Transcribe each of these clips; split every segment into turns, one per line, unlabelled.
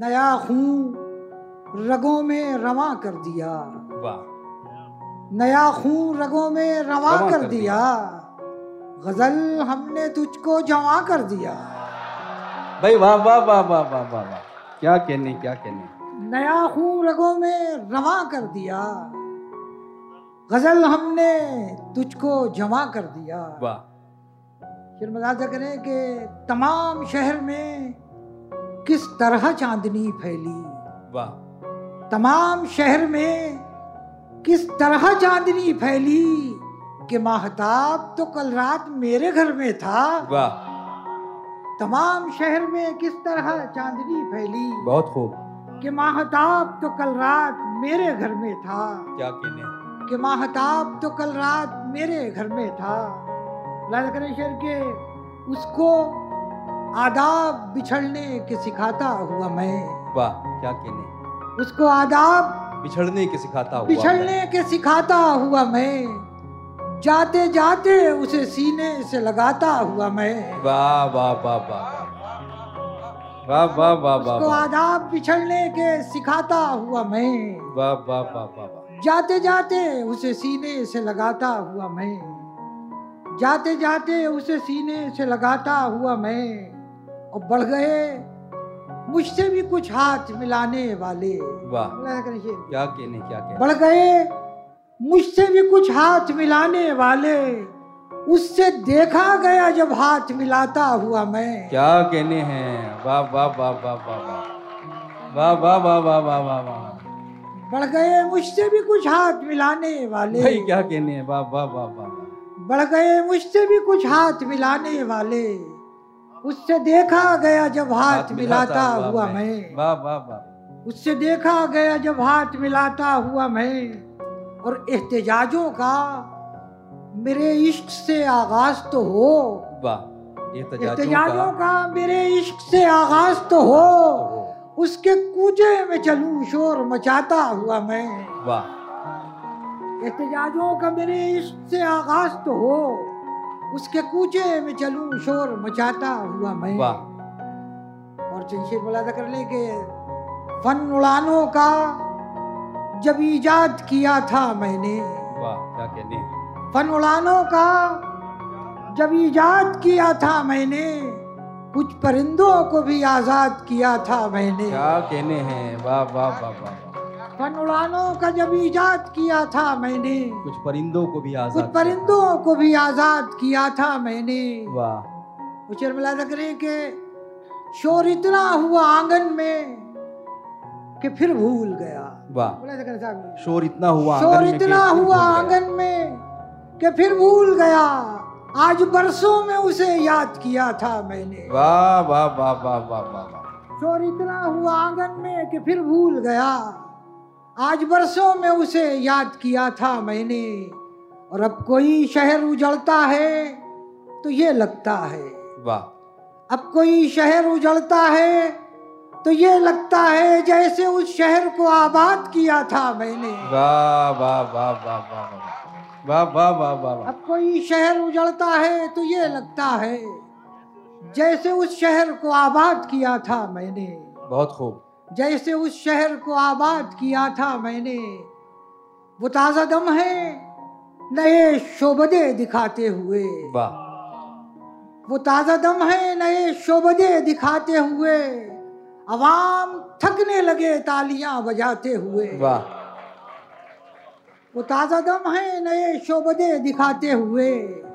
नया खून रगों में रवा कर दिया
वाह
नया खून रगों में रवा
रवां
कर
कर
दिया गजल हमने तुझको जमा कर दिया
भाई वाह वाह वाह वाह वाह वाह वाह क्या कहने क्या कहने
नया खून रगों में रवा कर दिया गजल हमने तुझको जमा कर दिया
वाह
फिर मजाजा करें कि तमाम शहर में किस तरह चांदनी फैली
वाह
तमाम शहर में किस तरह चांदनी फैली कि माहताब तो कल रात मेरे घर में था
वाह
तमाम शहर में किस तरह चांदनी फैली
बहुत खूब
कि माहताब तो कल रात मेरे घर में था
क्या कहने
कि माहताब तो कल रात मेरे घर में था लाल करें शेर के उसको आदाब बिछड़ने के सिखाता हुआ मैं
वाह क्या कहने
उसको आदाब
बिछड़ने के सिखाता हुआ
बिछड़ने के सिखाता हुआ मैं जाते जाते उसे सीने से लगाता हुआ मैं
मैं। वाह वाह वाह वाह वाह वाह वाह वाह वाह
उसको
वाह
आदाब बिछड़ने के सिखाता हुआ मैं
वाह वाह वाह वाह वाह
जाते जाते उसे सीने से लगाता हुआ मैं जाते जाते उसे सीने से लगाता हुआ मैं और बढ़ गए मुझसे भी कुछ हाथ मिलाने वाले
वाह
अल्लाह करे शेर।
क्या कहने क्या कहने
बढ़ गए मुझसे भी कुछ हाथ मिलाने वाले उससे देखा गया जब हाथ मिलाता हुआ मैं
क्या कहने हैं वाह वाह वाह वाह वाह वाह वाह वाह वाह वाह वाह वाह वाह
बढ़ गए मुझसे भी कुछ हाथ मिलाने वाले
भाई क्या कहने हैं वाह वाह वाह वाह वाह।
बढ़ गए मुझसे भी कुछ हाथ मिलाने वाले उससे देखा गया जब हाथ मिलाता हुआ मैं
वाह वाह वाह
उससे देखा गया जब हाथ मिलाता हुआ मैं और एहतजाजों का मेरे इश्क से आगाज तो हो
वाह ये
एहतजाजों
तजाजों का
का मेरे इश्क से आगाज तो हो उसके कूजे में चलूं शोर मचाता हुआ मैं
वाह
एहतजाजों का मेरे इश्क से आगाज तो हो उसके कूजे में चलूं शोर मचाता हुआ मैं
वाह
और चंशीर मुलादा कर ले के फन उड़ानों का जब ईजाद किया था मैंने
वाह क्या कहने हैं
फन उड़ानों का जब ईजाद किया था मैंने कुछ परिंदों को भी आजाद किया था मैंने
क्या कहने हैं वाह वाह वाह वाह वाह।
फन उड़ानों का जब ईजाद किया था मैंने
कुछ परिंदों को भी
कुछ
आजाद
परिंदों को भी आजाद किया था मैंने
किया। वाह
उचर मिला लग रहे के शोर इतना हुआ आंगन में कि फिर भूल गया
वाह
मुलाजा करे साहब
शोर इतना हुआ
शोर
आंगन में कि
इतना
फिर
हुआ
भूल गया।
आंगन में कि फिर भूल गया आज बरसों में उसे याद किया था मैंने
वाह वाह वाह वाह वाह वाह वाह
शोर इतना हुआ आंगन में कि फिर भूल गया आज बरसों में उसे याद किया था मैंने और अब कोई शहर उजड़ता है तो ये लगता है
वाह
अब कोई शहर उजड़ता है तो ये लगता है जैसे उस शहर को आबाद किया था मैंने
वाह वाह वाह वाह वाह वाह वाह वाह वाह वाह वाह
अब कोई शहर उजड़ता है तो ये लगता है जैसे उस शहर को आबाद किया था मैंने
बहुत खूब
जैसे उस शहर को आबाद किया था मैंने वो ताज़ा दम है नए शोबदे दिखाते हुए
वाह
वो ताज़ा दम है नए शोबदे दिखाते हुए आवाम थकने लगे तालियां बजाते हुए
वाह
वो ताज़ा दम है नए शोबदे दिखाते हुए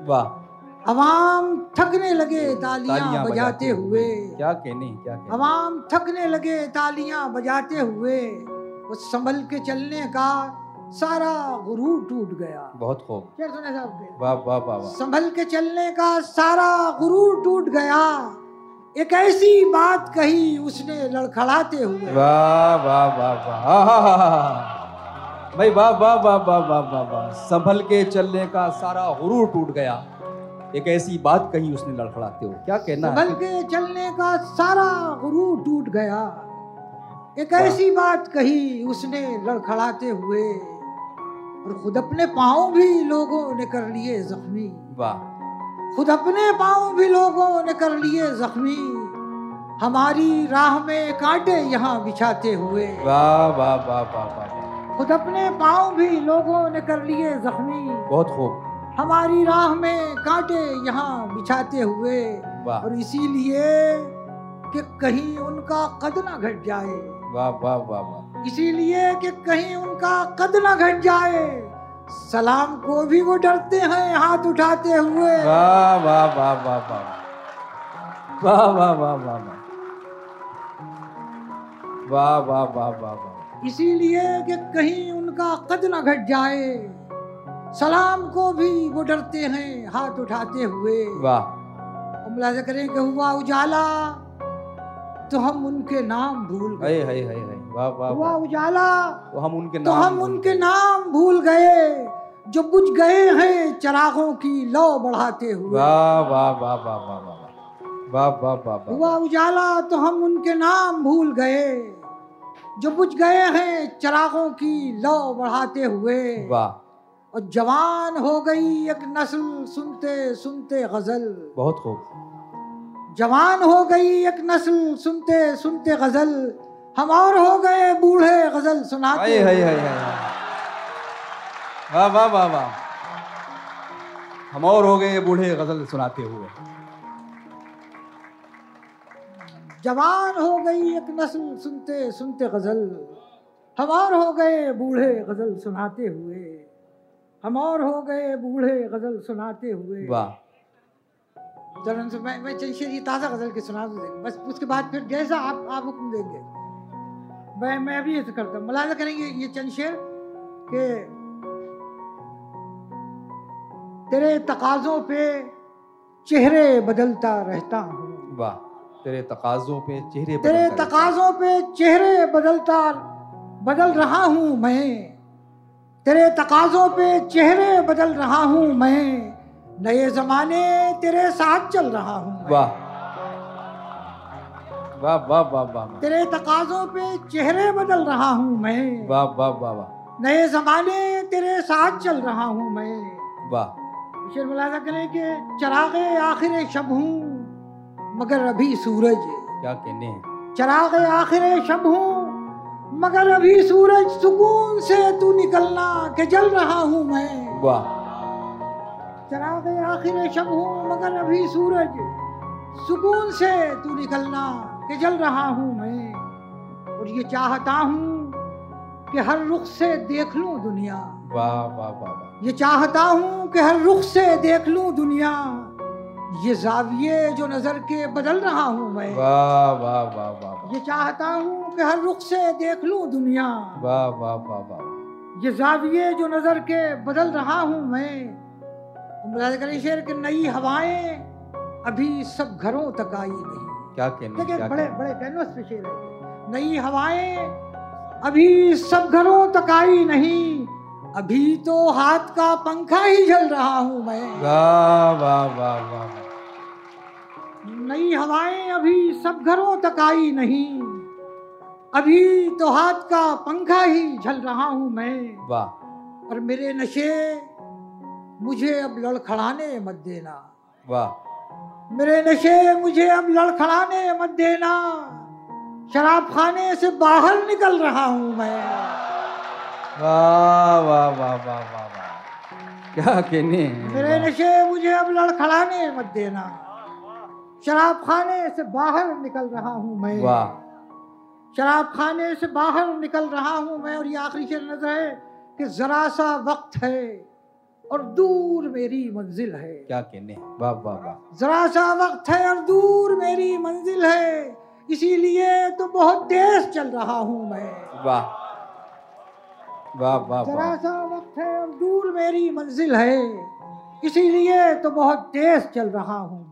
वाह
अवाम थकने लगे तालियां
हम्म, तालियां
बजाते हुए
क्या कहने हैं, क्या कहने हैं।
अवाम थकने लगे तालियां बजाते हुए उस संभल के चलने का सारा गुरूर टूट गया
बहुत खूब
क्या सुने साहब के?
वाह वाह वाह वाह
संभल के चलने का सारा गुरूर टूट गया एक ऐसी बात कही उसने लड़खड़ाते हुए
वाह वाह वाह वाह आहाहाहा। भाई वाह वाह वाह वाह वाह वाह वाह संभल के चलने का सारा हुरूर टूट गया एक ऐसी बात कही उसने लड़खड़ाते हुए क्या कहना है
संभल के चलने का सारा गुरूर टूट गया एक ऐसी बात कही उसने लड़खड़ाते हुए और खुद अपने पाँव भी लोगों ने कर लिए जख्मी
वाह
खुद अपने पाँव भी लोगों ने कर लिए जख्मी हमारी राह में कांटे यहाँ बिछाते हुए
वाह वाह वाह वाह वाह वाह।
खुद अपने पाँव भी लोगों ने कर लिए जख्मी
बहुत खूब
हमारी राह में कांटे यहाँ बिछाते हुए
वाह
और इसीलिए कि कहीं उनका कद ना घट जाए
वाह वाह वाह वाह
इसीलिए कि कहीं उनका कद ना घट जाए सलाम को भी वो डरते हैं हाथ उठाते हुए
वाह वाह वाह वाह वाह वाह वाह वाह वाह वाह वाह वाह वाह वाह वाह
इसीलिए कि कहीं उनका कद ना घट जाए सलाम को भी वो डरते हैं हाथ उठाते हुए
वाह
और मुलाजा करें कि हुआ उजाला तो हम उनके नाम भूल गए
हाय हाय हाय हाय वाह वाह
हुआ
वाह
उजाला
तो हम उनके
तो
नाम
हम उनके नाम भूल गए जो बुझ गए हैं चिरागों की लौ बढ़ाते हुए
वाह वाह वाह वाह वाह वाह वाह वाह वाह वाह वाह
हुआ उजाला तो हम उनके नाम भूल गए जो बुझ गए हैं चिरागों की लौ बढ़ाते हुए
वाह
और जवान हो गई एक नस्ल सुनते सुनते गजल
बहुत खूब
जवान हो गई एक नस्ल सुनते सुनते गजल हम और हो गए बूढ़े गजल सुनाते
हाय हाय हाय हाय वाह वाह वाह वाह हम और हो गए बूढ़े गजल सुनाते हुए
जवान हो गई एक नस्ल सुनते सुनते गजल हम और हो गए बूढ़े गजल सुनाते हुए हम और हो गए बूढ़े गजल सुनाते हुए
वाह
चलो उनसे मैं मैं चल शेरी ताज़ा गजल की सुना दूँ बस उसके बाद फिर जैसा आप आप हुक्म देंगे मैं मैं अभी ऐसे करता हूँ मुलाजा करेंगे ये चंद शेर के तेरे तकाजों पे चेहरे बदलता रहता हूँ
वाह तेरे तकाजों पे
तेरे
चेहरे बदलता रहता है।
तकाजों पे चेहरे बदलता बदल रहा हूँ मैं तेरे तकाजों पे चेहरे बदल रहा हूँ मैं नए जमाने तेरे साथ चल रहा हूँ मैं।
वाह वाह वाह वाह वाह वाह
तेरे तकाजों पे चेहरे बदल रहा हूँ मैं
वाह वाह वाह वाह
नए जमाने तेरे साथ चल रहा हूँ मैं
वाह
शेर मुलाजा करें कि चरागे आखिर शब हूँ मगर अभी सूरज है
क्या कहने हैं
चराग आखिर शब हूँ मगर अभी सूरज सुकून से तू निकलना के जल रहा हूँ मैं
वाह
चराग आखिर शब हूँ मगर अभी सूरज सुकून से तू निकलना के जल रहा हूँ मैं और ये चाहता हूँ कि हर रुख से देख लूँ दुनिया
वाह वाह वाह वाह
ये चाहता हूँ कि हर रुख से देख लूँ दुनिया ये जाविये जो नज़र के बदल रहा हूँ मैं
वाह वाह वाह वाह वाह
ये चाहता हूँ कि हर रुख से देख लूं दुनिया
वाह वाह वाह वाह
ये जाविये जो नजर के बदल रहा हूँ मैं मुराद करी शेर की नई हवाएं अभी सब घरों तक आई नहीं
क्या कहने
देखिए
क्या
बड़े
कहने
बड़े कैनवस पे शेर है नई हवाएं अभी सब घरों तक आई नहीं अभी तो हाथ का पंखा ही झल रहा हूँ मैं
वाह वाह वाह वाह वाह
नई हवाएं अभी सब घरों तक आई नहीं अभी तो हाथ का पंखा ही झल रहा हूं मैं
वाह
और मेरे नशे मुझे अब लड़खड़ाने मत देना
वाह
मेरे नशे मुझे अब लड़खड़ाने मत देना शराब खाने से बाहर निकल रहा हूं मैं
वाह वाह वाह वाह वाह वाह क्या कहने हैं
मेरे
वाह।
नशे मुझे अब लड़खड़ाने मत देना शराब खाने से बाहर निकल रहा हूं मैं
वाह
शराब खाने से बाहर निकल रहा हूँ मैं और ये आखिरी शेर नजर है कि जरा सा वक्त है और दूर मेरी मंजिल है
क्या कहने हैं वाह वाह वाह
जरा सा वक्त है और दूर मेरी मंजिल है इसीलिए तो बहुत तेज चल रहा हूँ मैं
वाह वाह वाह
जरा
वाह
सा वक्त है और दूर मेरी मंजिल है इसीलिए तो बहुत तेज चल रहा हूँ